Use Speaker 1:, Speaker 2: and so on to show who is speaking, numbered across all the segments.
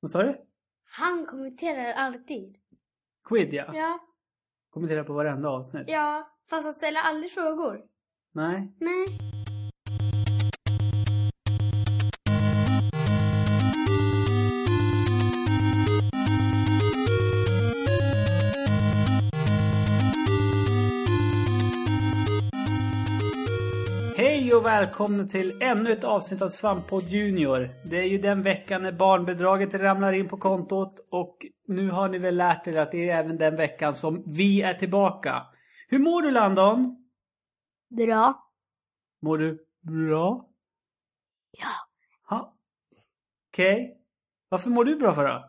Speaker 1: Vad sa du?
Speaker 2: Han kommenterar alltid.
Speaker 1: Quid ja.
Speaker 2: Ja.
Speaker 1: Kommentera på varenda avsnitt.
Speaker 2: Ja. Fast han ställer aldrig frågor.
Speaker 1: Nej.
Speaker 2: Nej.
Speaker 1: Hej och välkomna till ännu ett avsnitt av Svamppodd Junior. Det är ju den veckan när barnbidraget ramlar in på kontot och nu har ni väl lärt er att det är även den veckan som vi är tillbaka. Hur mår du Landon?
Speaker 2: Bra.
Speaker 1: Mår du bra?
Speaker 2: Ja.
Speaker 1: Ha. Okej. Varför mår du bra för då?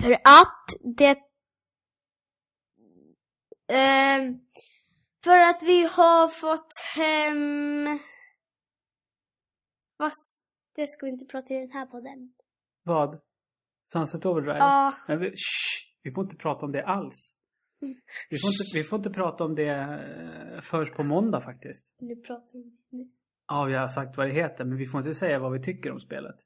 Speaker 2: För att det... Ehm, för att vi har fått hem... Vad? s- Det ska vi inte prata i den här podden.
Speaker 1: Vad? Sunset Overdrive?
Speaker 2: Ja.
Speaker 1: Nej, vi, shh, vi får inte prata om det alls. Vi får inte, vi får inte prata om det eh, först på måndag faktiskt.
Speaker 2: Nu pratar vi nu.
Speaker 1: Ja, vi har sagt vad det heter, men vi får inte säga vad vi tycker om spelet.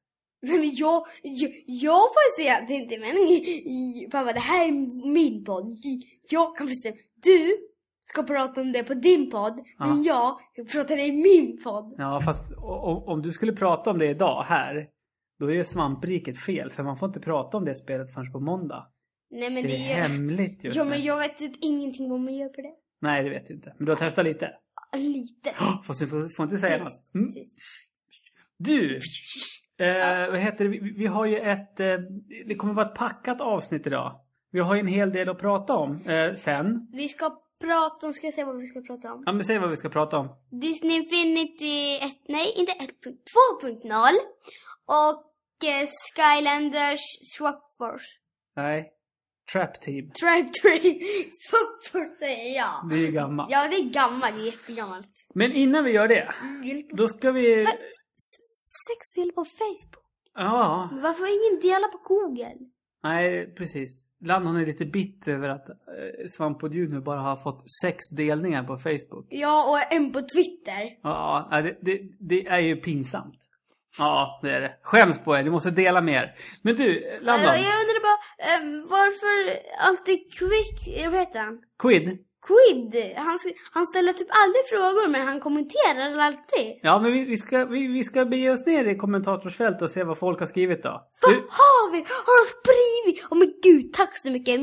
Speaker 2: Nej men jag, jag, jag får säga att det inte är meningen. I- Pappa det här är min podd. I- Jag kan bestämma. Du ska prata om det på din podd. Men jag ska prata det i min podd.
Speaker 1: Ja, fast om, om du skulle prata om det idag här, då är ju svampriket fel. För man får inte prata om det spelet förrän på måndag.
Speaker 2: Nej men
Speaker 1: det,
Speaker 2: det,
Speaker 1: är
Speaker 2: är ju...
Speaker 1: hemligt just
Speaker 2: Ja
Speaker 1: nu.
Speaker 2: men jag vet typ ingenting vad man gör på det.
Speaker 1: Nej, det vet du inte. Men du har testat lite.
Speaker 2: Lite.
Speaker 1: Fast du får, får inte säga något.
Speaker 2: Tyst,
Speaker 1: Mm.
Speaker 2: tyst.
Speaker 1: Du! Eh, vad heter det? Vi, vi har ju ett... Eh, det kommer vara ett packat avsnitt idag. Vi har ju en hel del att prata om eh, sen.
Speaker 2: Vi ska prata om, ska jag säga vad vi ska prata om?
Speaker 1: Ja, men säg vad vi ska prata om.
Speaker 2: Disney Infinity 1, nej inte 1.0, 2.0 och eh, Skylanders Swap Force.
Speaker 1: Nej. Trap Team.
Speaker 2: Tribe Tree Swap Force säger jag.
Speaker 1: Det är ju gammalt.
Speaker 2: Ja det är gammalt, det är jättegammalt.
Speaker 1: Men innan vi gör det,
Speaker 2: Mm, jag gillar på
Speaker 1: då ska vi...
Speaker 2: För- sex och gillar på Facebook.
Speaker 1: Ja.
Speaker 2: Men varför har ingen delat på Google?
Speaker 1: Nej, precis. Landon är lite bitter över att eh, Svampod Junior bara har fått sex delningar på Facebook.
Speaker 2: Ja och en på Twitter.
Speaker 1: Ja, ja, det, det, det är ju pinsamt. Ja, det är det. Skäms på er, ni måste dela med er. Men du, Landon.
Speaker 2: Alltså, Jag, jag undrar bara ehm, varför alltid Quick, eh, vad heter han?
Speaker 1: Quid?
Speaker 2: Quid, han, sk- han ställer typ aldrig frågor men han kommenterar alltid.
Speaker 1: Ja, men vi, vi, ska, vi, vi ska bege oss ner i kommentatorsfältet och se vad folk har skrivit då.
Speaker 2: Vad
Speaker 1: Du,
Speaker 2: har vi? Har de spridit? Åh men gud, tack så mycket.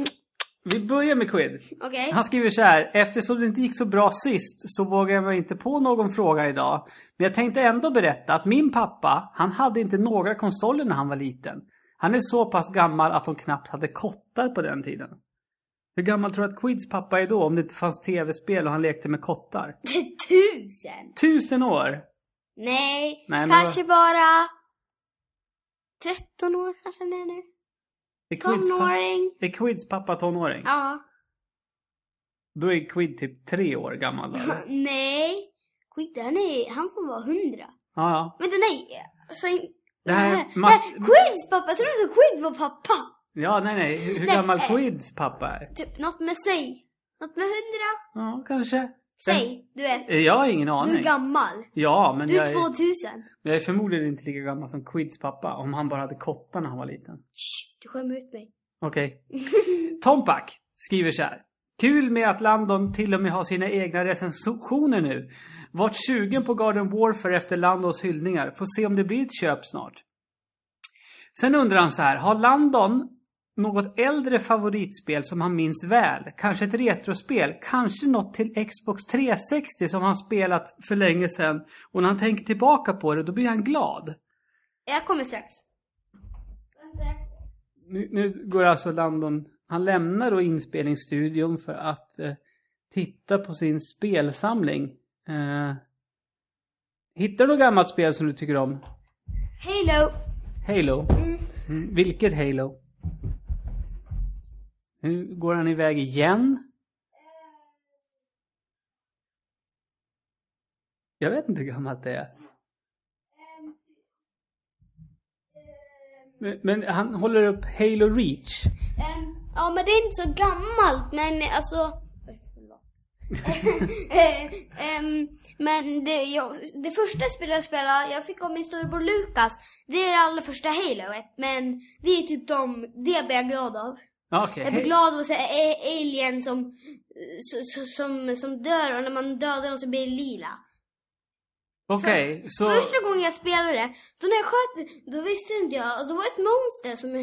Speaker 1: vi börjar med Quid.
Speaker 2: Okej.
Speaker 1: Han skriver så här. Eftersom det inte gick så bra sist så vågar jag mig inte på någon fråga idag. Men jag tänkte ändå berätta att min pappa, han hade inte några konsoler när han var liten. Han är så pass gammal att de knappt hade kottar på den tiden. Hur gammal tror du att Quids pappa är då om det inte fanns tv-spel och han lekte med kottar?
Speaker 2: Tusen?
Speaker 1: Tusen år!
Speaker 2: Nej,
Speaker 1: Nej, men
Speaker 2: kanske bara 13 år kanske han är nu.
Speaker 1: Är Quids, pappa,
Speaker 2: Tonåring.
Speaker 1: är Quids pappa tonåring?
Speaker 2: Ja.
Speaker 1: Då är Quid typ tre år gammal då, eller?
Speaker 2: Nej. Quid, han, är, han får vara 100.
Speaker 1: Ja, ja.
Speaker 2: Vänta nej. Alltså, in-
Speaker 1: Det här är
Speaker 2: Nej,
Speaker 1: Matt-
Speaker 2: nej, Quids pappa, tror du att Quid var pappa?
Speaker 1: Ja, nej, nej. Hur, hur
Speaker 2: Nej,
Speaker 1: gammal
Speaker 2: eh.
Speaker 1: Quids pappa är?
Speaker 2: Typ något med sig. Något med 100.
Speaker 1: Ja, kanske.
Speaker 2: Säg, du vet.
Speaker 1: Eh, Jag har ingen aning.
Speaker 2: Du är gammal.
Speaker 1: Ja, men
Speaker 2: Du
Speaker 1: jag
Speaker 2: är
Speaker 1: är,
Speaker 2: 2000.
Speaker 1: jag är förmodligen inte lika gammal som Quids pappa om han bara hade kottar när han var liten.
Speaker 2: Shh, du skämmer ut mig.
Speaker 1: Okej. Tompak skriver så här. Kul med att Landon till och med har sina egna recensioner nu. Vart 20 på Garden Warfare efter Landons hyllningar. Får se om det blir ett köp snart. Sen undrar han så här. Har Landon något äldre favoritspel som han minns väl? Kanske ett retrospel? Kanske något till Xbox 360 som han spelat för länge sedan? Och när han tänker tillbaka på det då blir han glad.
Speaker 2: Jag kommer strax. Vänta.
Speaker 1: nu, nu går alltså Landon, han lämnar då inspelningsstudion för att eh, titta på sin spelsamling. Eh, hittar du något gammalt spel som du tycker om?
Speaker 2: Halo.
Speaker 1: Halo? Mm, vilket Halo? Nu går han iväg igen. Jag vet inte hur gammalt det är. Men, men han håller upp Halo Reach.
Speaker 2: Ehm, ja men det är inte så gammalt men alltså... Oj, förlåt. Eh, ehm, men det, jag, det första spelet jag spelade, jag fick av min storebror Lukas, det är det allra första Haloet. Men det är typ de, det blir jag glad av.
Speaker 1: Ja, Okej.
Speaker 2: Jag blir glad av att se a- alien som, eh, så- så- som, som dör och när man dödar dem så blir det lila.
Speaker 1: Okej, så...
Speaker 2: Första gången jag spelade, då när jag sköt, då visste inte jag, och då var det ett monster som,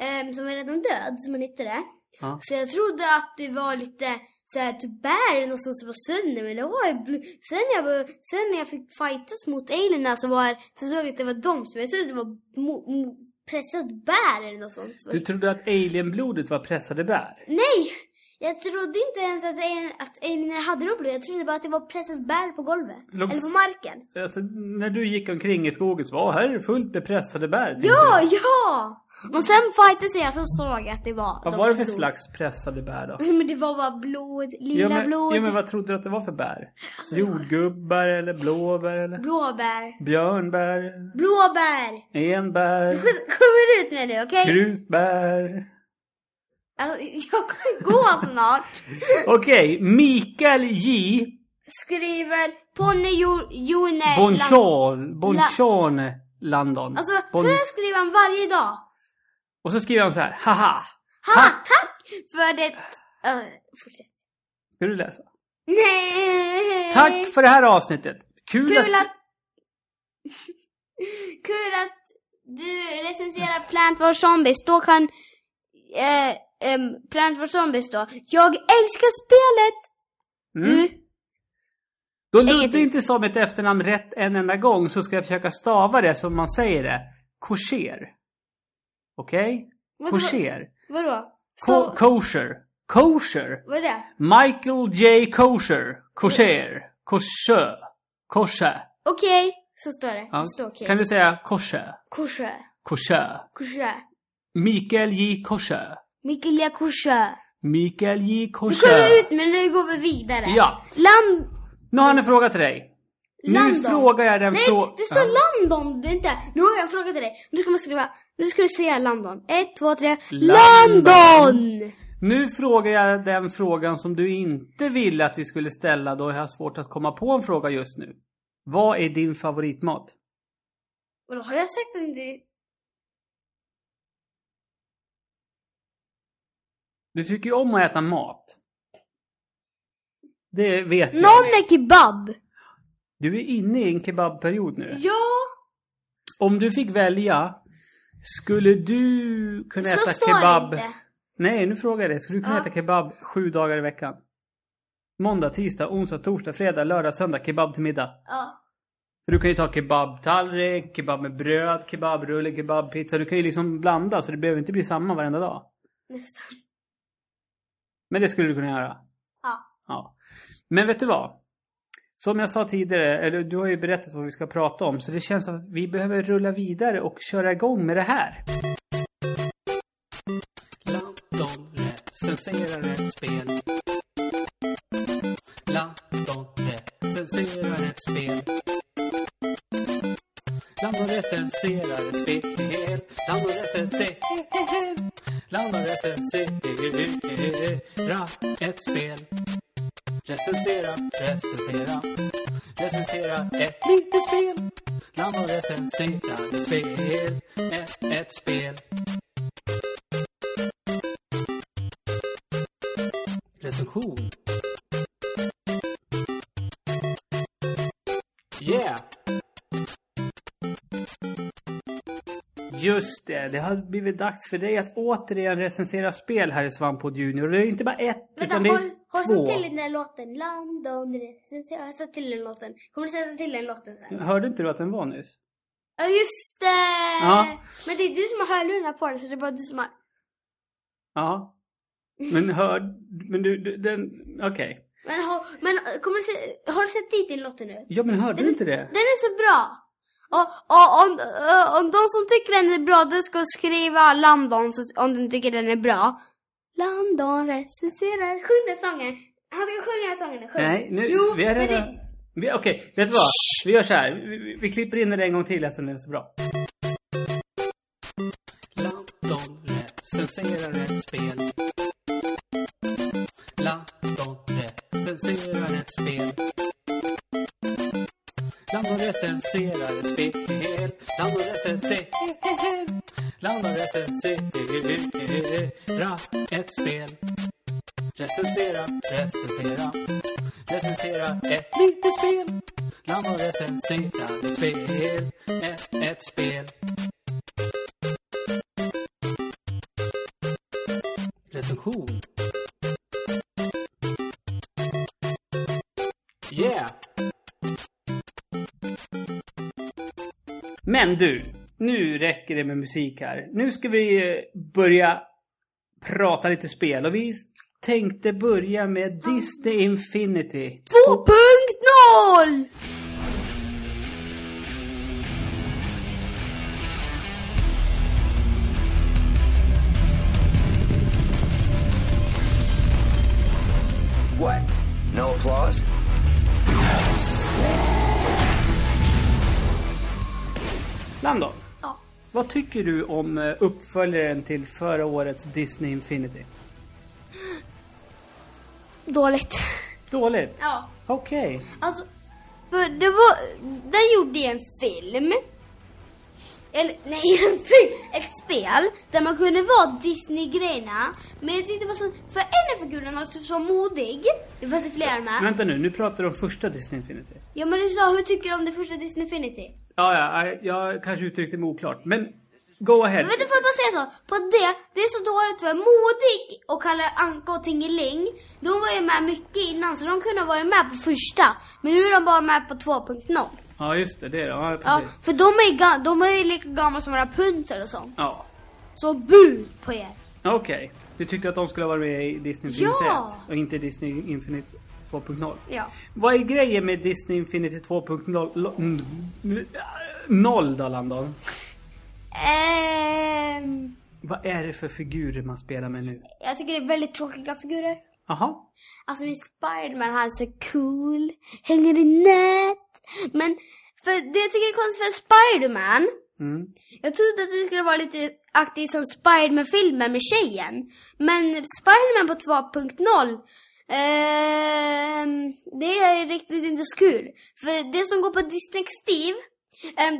Speaker 2: eh, som var redan död, som man hittade.
Speaker 1: Ja.
Speaker 2: Så jag trodde att det var lite såhär typ bär eller något sånt som var sönder men det var ju bl- sen, jag, var- sen när jag fick fightas mot alienerna så, var, så såg jag att det var de som jag trodde det var mo- mo- pressat bär eller något sånt.
Speaker 1: Du trodde att alienblodet var pressade bär?
Speaker 2: Nej! Jag trodde inte ens att, alien- att alienerna hade något blod. Jag trodde bara att det var pressat bär på golvet.
Speaker 1: Låt-
Speaker 2: Eller på marken.
Speaker 1: Alltså, när du gick omkring i skogen så var "Åh, här är det fullt med pressade bär. tänkte
Speaker 2: Ja,
Speaker 1: du.
Speaker 2: ja! Och sen fightades jag så såg jag att det var
Speaker 1: Vad
Speaker 2: de
Speaker 1: var det för
Speaker 2: stod-
Speaker 1: slags pressade bär då?
Speaker 2: Men det var bara blod, lila
Speaker 1: jo, men,
Speaker 2: blod,
Speaker 1: jo men vad trodde du att det var för bär?
Speaker 2: Alltså,
Speaker 1: Jordgubbar eller blåbär eller?
Speaker 2: blåbär,
Speaker 1: Björnbär?
Speaker 2: blåbär!
Speaker 1: Enbär?
Speaker 2: Kommer ut med det, okej?
Speaker 1: Grusbär?
Speaker 2: Alltså, jag kommer gå snart.
Speaker 1: Okej, Mikael J.
Speaker 2: Skriver Ponny Jo- Jone...
Speaker 1: Bonchon. Bonchon Landon.
Speaker 2: Alltså,
Speaker 1: Bon-
Speaker 2: förr skriver han varje dag.
Speaker 1: Och så skriver han så här, haha.
Speaker 2: Ha,
Speaker 1: Tack.
Speaker 2: tack. för det... Äh, fortsätt.
Speaker 1: Ska du läsa?
Speaker 2: Nej!
Speaker 1: Tack för det här avsnittet. Kul,
Speaker 2: Kul att... Kul att du recenserar Plant vs Zombies. Då kan... Eh, ehm, Plant vs Zombies då. Jag älskar spelet!
Speaker 1: Mm.
Speaker 2: Du,
Speaker 1: Då Ludde
Speaker 2: Ingenting.
Speaker 1: inte sa mitt efternamn rätt en enda gång så ska jag försöka stava det som man säger det. Kosher. Okej?
Speaker 2: Vadå?
Speaker 1: Kosher.
Speaker 2: vadå?
Speaker 1: Ko-
Speaker 2: Stå,
Speaker 1: kosher. Kosher.
Speaker 2: vad är det?
Speaker 1: Michael J. Kosher. Kosher. Kosher. Kosher.
Speaker 2: Okej, så står det.
Speaker 1: Ja.
Speaker 2: Det står okej.
Speaker 1: Kan du säga kosher?
Speaker 2: Korsö,
Speaker 1: Kosher.
Speaker 2: korsö.
Speaker 1: Mikael J. Kosher.
Speaker 2: Mikaela korsö.
Speaker 1: Mikael J.
Speaker 2: Du kommer
Speaker 1: Kosher.
Speaker 2: ut men nu går vi vidare.
Speaker 1: Ja,
Speaker 2: Land...
Speaker 1: nu har jag en fråga till dig. Nu
Speaker 2: Landon.
Speaker 1: frågar jag den
Speaker 2: Nej,
Speaker 1: frå-
Speaker 2: det står
Speaker 1: Ja.
Speaker 2: London. Det är inte... Nu har jag en fråga till dig. Nu ska man skriva... Nu ska du säga London. Ett, två, tre.
Speaker 1: London.
Speaker 2: London!
Speaker 1: Nu frågar jag den frågan som du inte ville att vi skulle ställa då jag har svårt att komma på en fråga just nu. Vad är din favoritmat?
Speaker 2: Vadå, har jag sagt att inte...
Speaker 1: Du tycker ju om att äta mat. Det vet
Speaker 2: Någon
Speaker 1: jag.
Speaker 2: är kebab.
Speaker 1: Du är inne i en kebabperiod nu.
Speaker 2: Ja,
Speaker 1: Om du fick välja, skulle du kunna
Speaker 2: så
Speaker 1: äta
Speaker 2: står
Speaker 1: kebab?
Speaker 2: det inte.
Speaker 1: Nej, nu frågar jag dig. Skulle du kunna
Speaker 2: Ja.
Speaker 1: äta kebab sju dagar i veckan? Måndag, tisdag, onsdag, torsdag, fredag, lördag, söndag. Kebab till middag.
Speaker 2: Ja.
Speaker 1: För Du kan ju ta kebabtallrik, kebab med bröd, kebabrulle, kebabpizza. Du kan ju liksom blanda så det behöver inte bli samma varenda dag.
Speaker 2: Nästan.
Speaker 1: Men det skulle du kunna göra.
Speaker 2: Ja.
Speaker 1: Ja. Men vet du vad? Som jag sa tidigare, eller du har ju berättat vad vi ska prata om, så det känns som att vi behöver rulla vidare och köra igång med det här. Lanton recenserar eh, ett spel. Lanton recenserar eh, ett spel. Lanton recenserar ett spel. Lanton recenserar. Lanton recenserar ett spel. Recensera, recensera, recensera ett litet spel. Namn och recensera ett spel, ett, ett spel. Recension. Yeah! Just det, det har blivit dags för dig att återigen recensera spel här i Svampod Junior. Det är inte bara ett,
Speaker 2: Vänta,
Speaker 1: utan det är
Speaker 2: har, har du
Speaker 1: två.
Speaker 2: satt till den där låten? London, recenserar. Har jag satt till den låten? Kommer du sätta till den låten sen?
Speaker 1: Hörde inte du att den var nyss?
Speaker 2: Ja, just det!
Speaker 1: Ja.
Speaker 2: Men det är du som har hörlurarna på dig, så det är bara du som har...
Speaker 1: Ja. Men hör... Men du, du den... Okej.
Speaker 2: Men, har, men eh, kommer du se, har du sett dit din Lotta nu?
Speaker 1: Ja men hörde du inte det?
Speaker 2: Den är så bra! Och, och om, eh, om de som tycker den är bra, du ska skriva Landon så, om den tycker den är bra. Landon recenserar. Sjung den sången! Han ska sjunga den sången. Sjung.
Speaker 1: Nej, nu...
Speaker 2: Jo,
Speaker 1: vi är
Speaker 2: men
Speaker 1: redan...
Speaker 2: det-
Speaker 1: Vi, okej, vet du vad? Vi gör så här. Vi, vi- vi klipper in det en gång till eftersom den är så bra. Lanton recenserar ett spel. Lanton recenserar recenserar spel. Land och recenserar. Land och recensera ett spel. Recensera, recensera. Recensera ett litet spel. Land och recensera ett spel. Ett, ett spel. Recension. Yeah! Men du, nu räcker det med musik här. Nu ska vi eh, börja prata lite spel och vi tänkte börja med Disney Infinity.
Speaker 2: 2.0!
Speaker 3: What? No applause?
Speaker 1: Lando,
Speaker 2: Ja.
Speaker 1: vad tycker du om eh, uppföljaren till förra årets Disney Infinity?
Speaker 2: Dåligt.
Speaker 1: Dåligt?
Speaker 2: Ja.
Speaker 1: Okej.
Speaker 2: Alltså, för det var, den gjorde ju en film. Eller nej, en film, ett spel där man kunde vara Disney-grejerna. Men jag tyckte det var så, för en av figurerna var så, så modig. Det fanns det flera med.
Speaker 1: Vänta nu, nu pratar du om första Disney Infinity.
Speaker 2: Ja men du sa, hur tycker du om det första Disney Infinity?
Speaker 1: Ja, ja, jag- jag kanske uttryckte mig oklart. Men go ahead.
Speaker 2: Men vänta, får jag bara säga så? På det, det är så dåligt för modig och Kalle Anka och Tingeling. De var ju med mycket innan så de kunde ha varit med på första. Men nu är de bara med på 2.0.
Speaker 1: Ja, just det. Det är det. Ja,
Speaker 2: Ja,
Speaker 1: precis.
Speaker 2: för de är, ga- de är ju lika gamla som Rapunzel och sånt.
Speaker 1: Ja.
Speaker 2: Så bu på er.
Speaker 1: Okej. Du tyckte att de skulle vara med i Disney Infinity
Speaker 2: Ja!
Speaker 1: 1 och inte Disney Infinity 2.0.
Speaker 2: Ja.
Speaker 1: Vad är grejen med Disney Infinity 2.0 lo- mm, mm, noll då, Landon?
Speaker 2: Ehm,
Speaker 1: Vad är det för figurer man spelar med nu?
Speaker 2: jag tycker det är väldigt tråkiga figurer.
Speaker 1: Jaha.
Speaker 2: Alltså min Spiderman, han är så cool. Hänger i nät. Men för det jag tycker är konstigt för Spiderman
Speaker 1: Mm.
Speaker 2: Jag trodde att det skulle vara lite aktivt som Spiderman-filmen med tjejen. Men Spiderman på 2.0, ehm, det är riktigt inte så kul. För det som går på Disney Steve, ehm,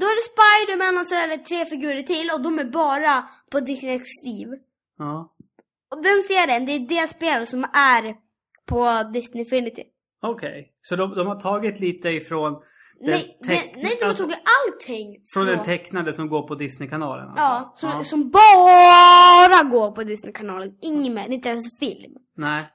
Speaker 2: då är det Spiderman och så är det tre figurer till och de är bara på Disney Steve.
Speaker 1: Ja.
Speaker 2: Och den serien, det är det spelet som är på Disney Infinity.
Speaker 1: Okej. Så de, de har tagit lite ifrån den
Speaker 2: Nej, nej,
Speaker 1: teck-
Speaker 2: nej, de
Speaker 1: alltså,
Speaker 2: tog ju allting
Speaker 1: Från den tecknade som går på Disneykanalen alltså.
Speaker 2: Ja, som, som bara går på Disneykanalen. Inget mer, inte ens film.
Speaker 1: Nej.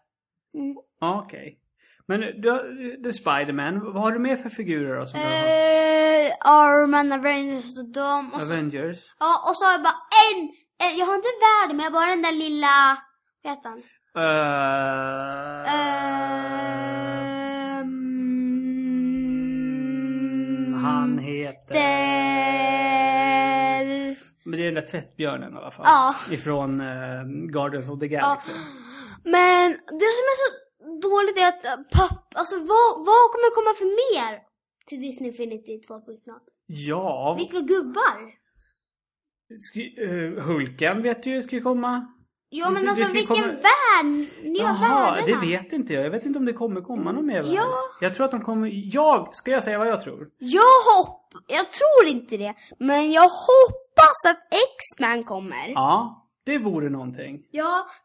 Speaker 2: Mm.
Speaker 1: Ja, Okej. Men du, har- det är Spiderman. Vad har du mer för figurer då? Som du har?
Speaker 2: Eh, alltså- Arman, Avengers och dem. Och så,
Speaker 1: Avengers.
Speaker 2: ja, och så har jag bara en, en jag har inte världen men jag har bara den där lilla, vad heter han?
Speaker 1: Eh,
Speaker 2: Ehm,
Speaker 1: han heter...
Speaker 2: heter...
Speaker 1: Men det är den där tvättbjörnen i alla fall.
Speaker 2: Ja.
Speaker 1: Ifrån eh, Guardians of the Galaxy.
Speaker 2: Men det som är så dåligt är att äh, papp, alltså vad, vad kommer komma för mer till Disney Infinity 2.0?
Speaker 1: Ja.
Speaker 2: Vilka gubbar?
Speaker 1: Sk- eh, Hulken vet du ju ska ju komma.
Speaker 2: Ja men
Speaker 1: Det- det
Speaker 2: alltså
Speaker 1: ska
Speaker 2: vilken
Speaker 1: komma-
Speaker 2: värld, nya
Speaker 1: Jaha, det
Speaker 2: världarna.
Speaker 1: vet inte jag. Jag vet inte om det kommer komma någon mer värld.
Speaker 2: Ja.
Speaker 1: Jag tror att de kommer... Jag! Ska jag säga vad jag tror?
Speaker 2: Jag hopp, jag tror inte det, men jag hoppas att X-Man kommer. Ja.
Speaker 1: Ja. Det vore någonting.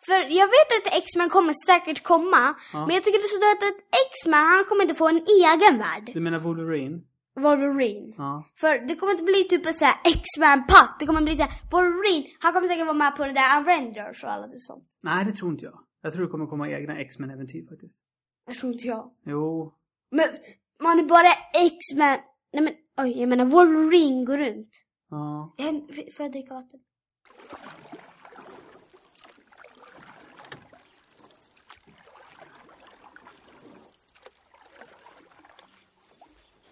Speaker 2: för jag vet att X-Man kommer säkert komma,
Speaker 1: Ja.
Speaker 2: men jag tycker det är så dött att X-Man, han kommer inte få en egen värld.
Speaker 1: Du menar Wolverine?
Speaker 2: Wolverine.
Speaker 1: Ja.
Speaker 2: För det kommer inte bli typ en sån här X-Man-pack, det kommer bli såhär Wolverine, han kommer säkert vara med på det där Avengers och allt och sånt.
Speaker 1: Nej, det tror inte jag. Jag tror det kommer komma egna X-Men-äventyr faktiskt.
Speaker 2: Jag tror inte jag.
Speaker 1: Jo.
Speaker 2: Men man är bara X-Man, nej men oj, jag menar Wolverine går runt.
Speaker 1: Ja.
Speaker 2: Jag- f- Får jag dricka vatten?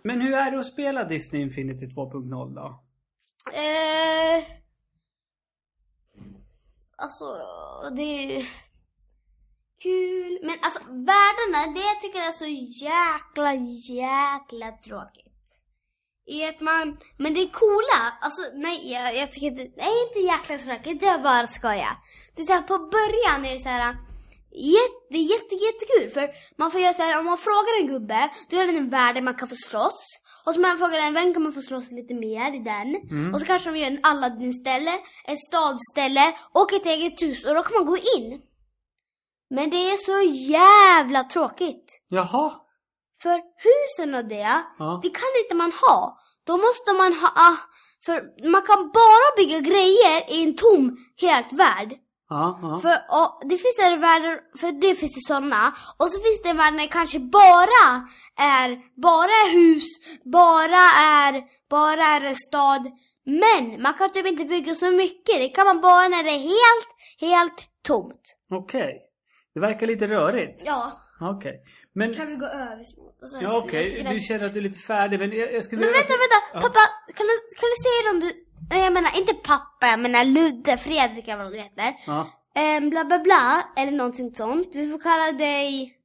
Speaker 1: Men hur är det att spela Disney Infinity 2.0 då?
Speaker 2: Eh, alltså, det är kul. Men alltså, världarna, det tycker jag är så jäkla, jäkla tråkigt. I att man, men det är coola, alltså nej jag, jag tycker inte, det är inte jäkla tråkigt, det är bara skoja. Det är så här, på början är det så här, jätte, det är jätte, jättekul för man får göra så här, om man frågar en gubbe, då är det en värld där man kan få slåss. Och så man frågar en vän kan man få slåss lite mer i den.
Speaker 1: Mm.
Speaker 2: Och så kanske de gör en Aladdin-ställe, ett stadsställe och ett eget hus och då kan man gå in. Men det är så jävla tråkigt.
Speaker 1: Jaha.
Speaker 2: För husen och det,
Speaker 1: Ja.
Speaker 2: det kan inte man ha. Då måste man ha, ah, för man kan bara bygga grejer i en tom, helt värld.
Speaker 1: Ja, ja.
Speaker 2: För och, det finns en värld, för det finns det sådana. Och så finns det en värld där det kanske bara är, bara är hus, bara är, bara är en stad. Men man kan typ inte bygga så mycket. Det kan man bara när det är helt, helt tomt.
Speaker 1: Okej. Det verkar lite rörigt.
Speaker 2: Ja.
Speaker 1: Okej. Men,
Speaker 2: Kan vi gå över snart? Och så-
Speaker 1: ja,
Speaker 2: jag
Speaker 1: okej.
Speaker 2: tycker det är
Speaker 1: Du
Speaker 2: så-
Speaker 1: känner att du är lite färdig, men jag, jag skulle...
Speaker 2: Men vänta, vänta!
Speaker 1: Ja.
Speaker 2: Pappa, kan du, kan du säga det om du... Nej, Jag menar inte pappa, jag menar Ludde, Fredrik eller vad du heter.
Speaker 1: Ja.
Speaker 2: Ehm, bla bla bla, eller någonting sånt. Vi får kalla dig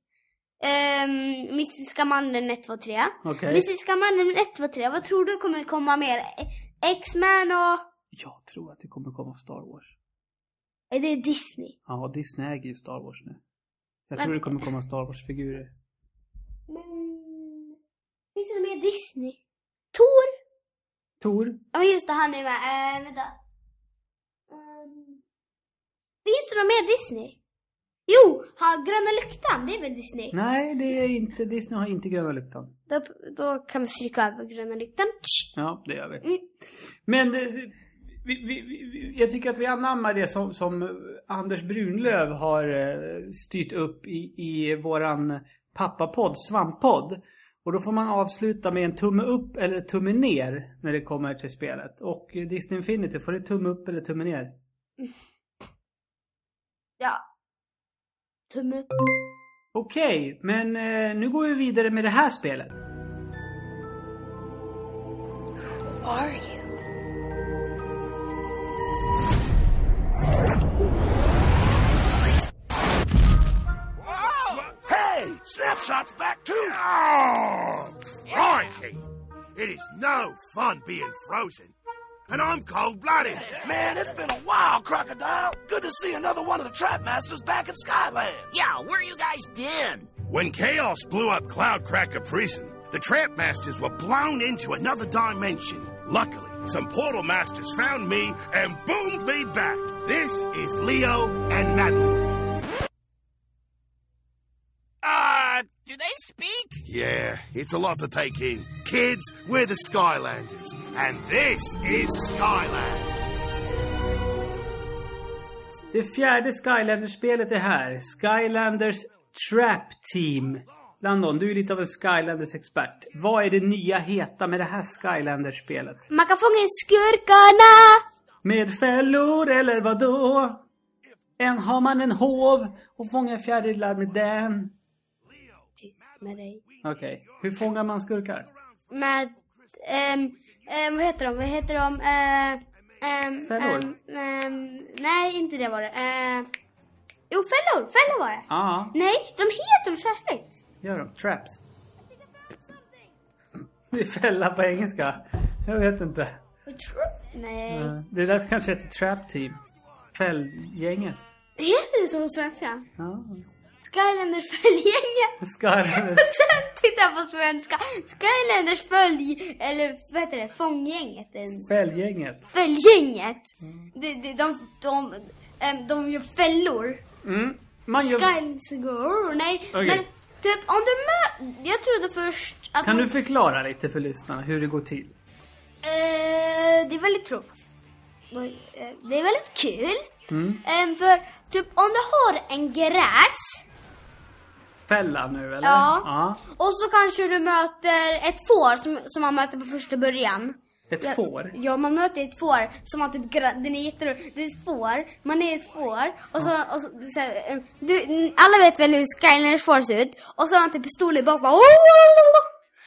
Speaker 2: ehm, Mystiska mannen 1, 2, 3.
Speaker 1: Okej.
Speaker 2: Mystiska mannen 1, 2, 3. Vad tror du kommer komma mer? E- X-Men och...
Speaker 1: Jag tror att det kommer komma Star Wars.
Speaker 2: Är det är Disney?
Speaker 1: Ja, Disney äger ju Star Wars nu. Jag
Speaker 2: Men-
Speaker 1: tror det kommer komma Star Wars-figurer.
Speaker 2: Men... Finns det mer Disney? Tor?
Speaker 1: Tor?
Speaker 2: Ja men just det, han är med. Eh, vänta. Ehm, finns det något mer Disney? Jo, ha, Gröna Lyktan, det är väl Disney?
Speaker 1: Nej, det är inte... Disney har inte gröna lyktan.
Speaker 2: Då, då kan vi stryka över Gröna Lyktan. Tsch!
Speaker 1: Ja, det gör vi.
Speaker 2: Mm.
Speaker 1: Men eh, vi, vi, vi, jag tycker att vi anammar det som, som eh, Anders Brunlöv har eh, styrt upp i, i våran pappapodd, svamppodd. Och då får man avsluta med en tumme upp eller tumme ner när det kommer till spelet. Och eh, Disney Infinity, får det tumme upp eller tumme ner?
Speaker 2: Ja. Tumme upp.
Speaker 1: Okej, men eh, nu går vi vidare med det här spelet.
Speaker 4: are you?
Speaker 5: Hey! Snapshot's back too! Oh, crikey! It is no fun being frozen. And I'm cold-blooded. Man, it's been a while, Crocodile. Good to see another one of the Trap Masters back in Skyland.
Speaker 6: Yeah, where you guys been?
Speaker 5: When Chaos blew up Cloudcracker Prison, the Trap Masters were blown into another dimension. Luckily, some Portal Masters found me and boomed me back. This is Leo and Madeline. Ah,
Speaker 6: Uh, do they speak?
Speaker 5: Yeah, it's a lot to take in. Kids, we're the Skylanders, and this is Skyland.
Speaker 1: Det fjärde Skylanders-spelet är här. Skylanders Trap Team. Landon, du är lite av en Skylanders-expert. Vad är det nya heta med det här Skylanders-spelet?
Speaker 2: Man kan fånga in skurkarna!
Speaker 1: Med fällor eller vad då? En har man en hov och fångar fjärilar med den.
Speaker 2: Med dig.
Speaker 1: Okej, hur fångar man skurkar?
Speaker 2: Med... ehm, ehm, vad heter de? Vad heter de? Eh, ehm,
Speaker 1: Fällor.
Speaker 2: ehm, ehm, nej, inte det var det. Eh, jo, fällor! Fällor var det.
Speaker 1: Ja,
Speaker 2: Nej, de heter särskilt.
Speaker 1: gör de. Traps. Det är fälla på engelska. Jag vet inte.
Speaker 2: Nej.
Speaker 1: Eh, Det är därför kanske det heter Trap Team. Fällgänget.
Speaker 2: Heter det så på svenska?
Speaker 1: Ja.
Speaker 2: Skylanders följgänge.
Speaker 1: Skylanders.
Speaker 2: Sen tittar jag på svenska. Skylanders följ... Eller vad heter det? Fånggänget. eh,
Speaker 1: Fällgänget.
Speaker 2: Följgänget.
Speaker 1: Mm.
Speaker 2: De, de, de, de, ehm, de gör fällor.
Speaker 1: Mm. Man gör...
Speaker 2: Skylanders... Oh, nej.
Speaker 1: Okej.
Speaker 2: Men typ om du mö... Jag trodde först att...
Speaker 1: Kan
Speaker 2: man-
Speaker 1: du förklara lite för lyssnarna hur det går till?
Speaker 2: Eh, det är väldigt tråkigt. Oj, eh, Det är väldigt kul.
Speaker 1: Mm.
Speaker 2: Eh, för typ om du har en gräs
Speaker 1: Fälla nu eller?
Speaker 2: Ja.
Speaker 1: ja.
Speaker 2: och så kanske du möter ett får som, som man möter på första början.
Speaker 1: Ett får.
Speaker 2: Ja, man möter ett får som har typ gra- den är jätterolig. Det är ett får, man är ett får och så, och så, så här, eh, du, n- alla vet väl hur Skylanders får ser ut och så har han typ pistoler bak bara,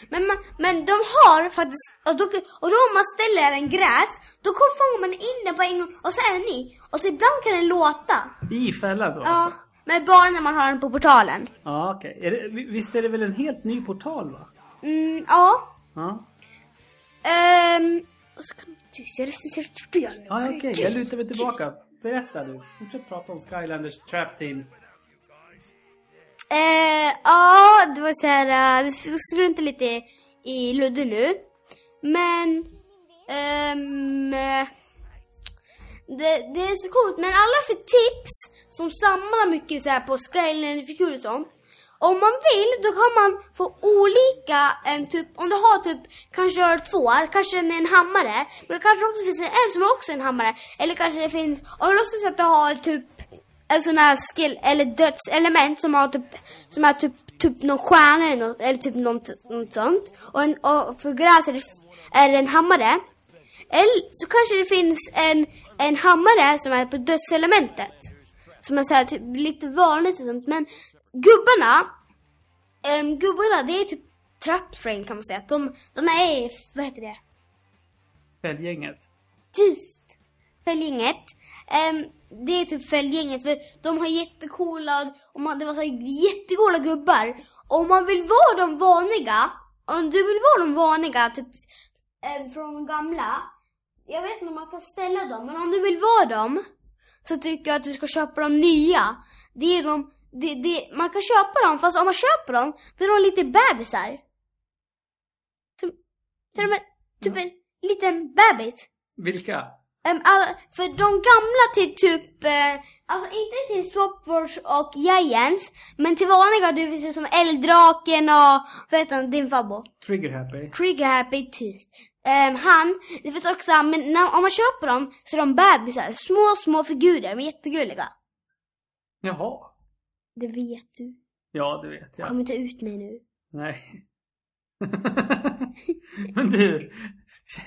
Speaker 2: men, man, men de har faktiskt, och då, och då om man ställer en gräs, då kom- fångar man in den på en gång och så är den i. Och så ibland kan den låta.
Speaker 1: I fällan då
Speaker 2: Ja,
Speaker 1: alltså?
Speaker 2: men bara när man har den på portalen.
Speaker 1: Ja, okej. Är det- vi- Visst är det väl en helt ny portal va?
Speaker 2: Mm, ja.
Speaker 1: Ja,
Speaker 2: Ehm, och så kan du typ se recensera ett spel.
Speaker 1: ja okej. Jag lutar mig tillbaka. Berätta du. Fortsätt prata om Skylanders Trap Team.
Speaker 2: Eh, ja, det var så här, eh, vi struntar lite i Ludde nu. Men... ehm, eh, det, det är så coolt. Men alla för tips som samlar mycket så här på Skyline-figurer och sånt. Om man vill då kan man få olika, en typ, om du har typ, kanske har tvåar, kanske en, en hammare. Men det kanske också finns en elf som är också en hammare. Eller kanske det finns, om du låtsas att du har typ en sån här skill eller dödselement som har typ, som är typ, typ någon stjärna eller något, eller typ något, något sånt. Och, en, och för gräs är det, är det en hammare. Eller så kanske det finns en, en hammare som är på dödselementet. Som är så här, typ, lite vanligt och sånt. Men gubbarna, um, gubbarna det är typ trap train kan man säga. De, de är, i- vad heter det?
Speaker 1: Fällgänget.
Speaker 2: tyst. Fällgänget. Ehm, det är typ Fällgänget för de har jättecoola, och man, det var så här jättecoola gubbar. Och om man vill vara de vanliga, om du vill vara de vanliga, typ ehm, från de gamla. Jag vet inte om man kan ställa dem, men om du vill vara dem så tycker jag att du ska köpa de nya. Det är de, det, det, man kan köpa dem, fast om man köper dem, då är de lite bebisar. Så, så de är typ en liten bebis.
Speaker 1: Vilka?
Speaker 2: Ehm, alla- för de gamla till typ, eh, alltså inte till Swapwars och Giants, men till vanliga du vill se som Eldraken och, vad heter han, din farbror?
Speaker 1: Trigger Happy.
Speaker 2: Trigger Happy Tyst. Ehm, han, det finns också, han, men när, om man köper dem så är de bebisar, små, små figurer, de är jättegulliga.
Speaker 1: Jaha.
Speaker 2: Det vet du.
Speaker 1: Ja, det vet jag.
Speaker 2: Kom inte ut mig nu.
Speaker 1: Nej. Men du,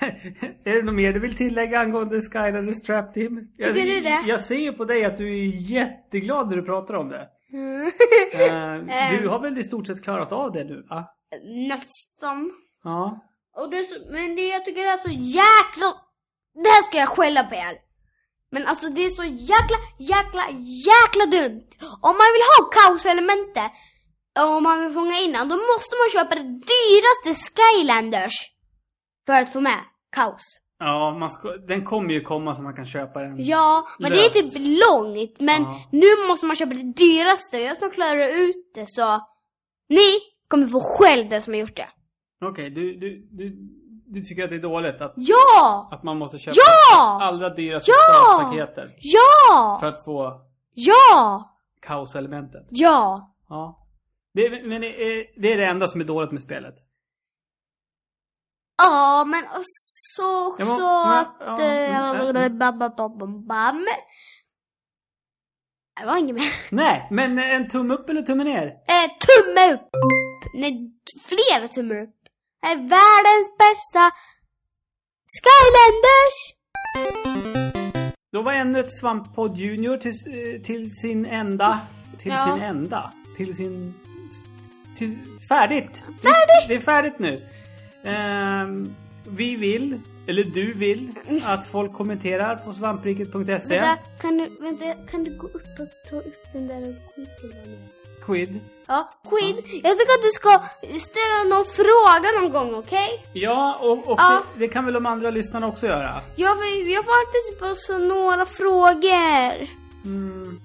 Speaker 1: är det något mer du vill tillägga angående Skylanders Trap Team? Jag,
Speaker 2: Tycker du det?
Speaker 1: jag ser ju på dig att du är jätteglad när du pratar om det.
Speaker 2: Mm.
Speaker 1: Eh, du har väl i stort sett klarat av det nu? va?
Speaker 2: Nästan.
Speaker 1: Ja.
Speaker 2: Och det är så, men det jag tycker det är så jäkla... Det här ska jag skälla på er. Men alltså det är så jäkla, jäkla, jäkla dumt. Om man vill ha kaoselementet och om man vill fånga in den, då måste man köpa det dyraste Skylanders för att få med kaos.
Speaker 1: Ja, man ska, den kommer ju komma så man kan köpa den.
Speaker 2: Ja, men det är
Speaker 1: Löst.
Speaker 2: typ långt. Men
Speaker 1: Ja.
Speaker 2: nu måste man köpa det dyraste och jag ska klara ut det så ni kommer få skäll den som har gjort det.
Speaker 1: Okej, du, du, du, du tycker att det är dåligt att,
Speaker 2: Ja!
Speaker 1: att man måste köpa
Speaker 2: Ja!
Speaker 1: det allra dyraste
Speaker 2: Ja!
Speaker 1: startpaketet
Speaker 2: Ja!
Speaker 1: för att få
Speaker 2: Ja!
Speaker 1: kaoselementet?
Speaker 2: Ja!
Speaker 1: Ja. Det, är- men det är, det är det enda som är dåligt med spelet.
Speaker 2: Ja, men så
Speaker 1: Ja, men-
Speaker 2: också
Speaker 1: ja,
Speaker 2: att...
Speaker 1: ja,
Speaker 2: eh,
Speaker 1: mm, mm.
Speaker 2: bam, bam, bam, bam, bam. Det var inget mer.
Speaker 1: Nej, men en tumme upp eller tumme ner?
Speaker 2: Eh, tumme upp! Nej, flera tummar upp. Det är världens bästa Skylanders!
Speaker 1: Då var ännu ett svamppodd junior till, eh, till sin ända. Till
Speaker 2: Ja.
Speaker 1: sin ända. Till sin... Till, färdigt! Färdigt! Det är färdigt nu. Ehm, vi vill, eller du vill, att folk kommenterar på svampriket.se.
Speaker 2: Vänta, kan du, vänta, kan du gå upp och ta upp den där skiten? där nu?
Speaker 1: Quid.
Speaker 2: Ja, skit. Jag tycker att du ska ställa någon fråga någon gång, okej?
Speaker 1: Ja, och, och
Speaker 2: Ja.
Speaker 1: Det, det kan väl de andra lyssnarna också göra.
Speaker 2: Jag, vill- jag får alltid typ också några frågor.
Speaker 1: Mm,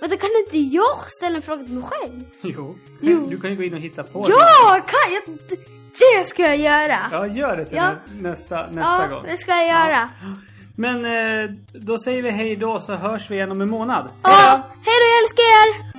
Speaker 2: Vänta, kan inte jag ställa en fråga till mig själv?
Speaker 1: jo.
Speaker 2: Jo.
Speaker 1: Du kan ju gå in och hitta på det.
Speaker 2: Ja, kan jag? Det ska jag göra.
Speaker 1: Ja, gör det till
Speaker 2: Ja.
Speaker 1: nä- nästa, nästa
Speaker 2: ja,
Speaker 1: gång.
Speaker 2: det ska jag göra.
Speaker 1: Men eh, då säger vi hej då så hörs vi igen om en månad.
Speaker 2: Ja. Hej då, jag älskar er!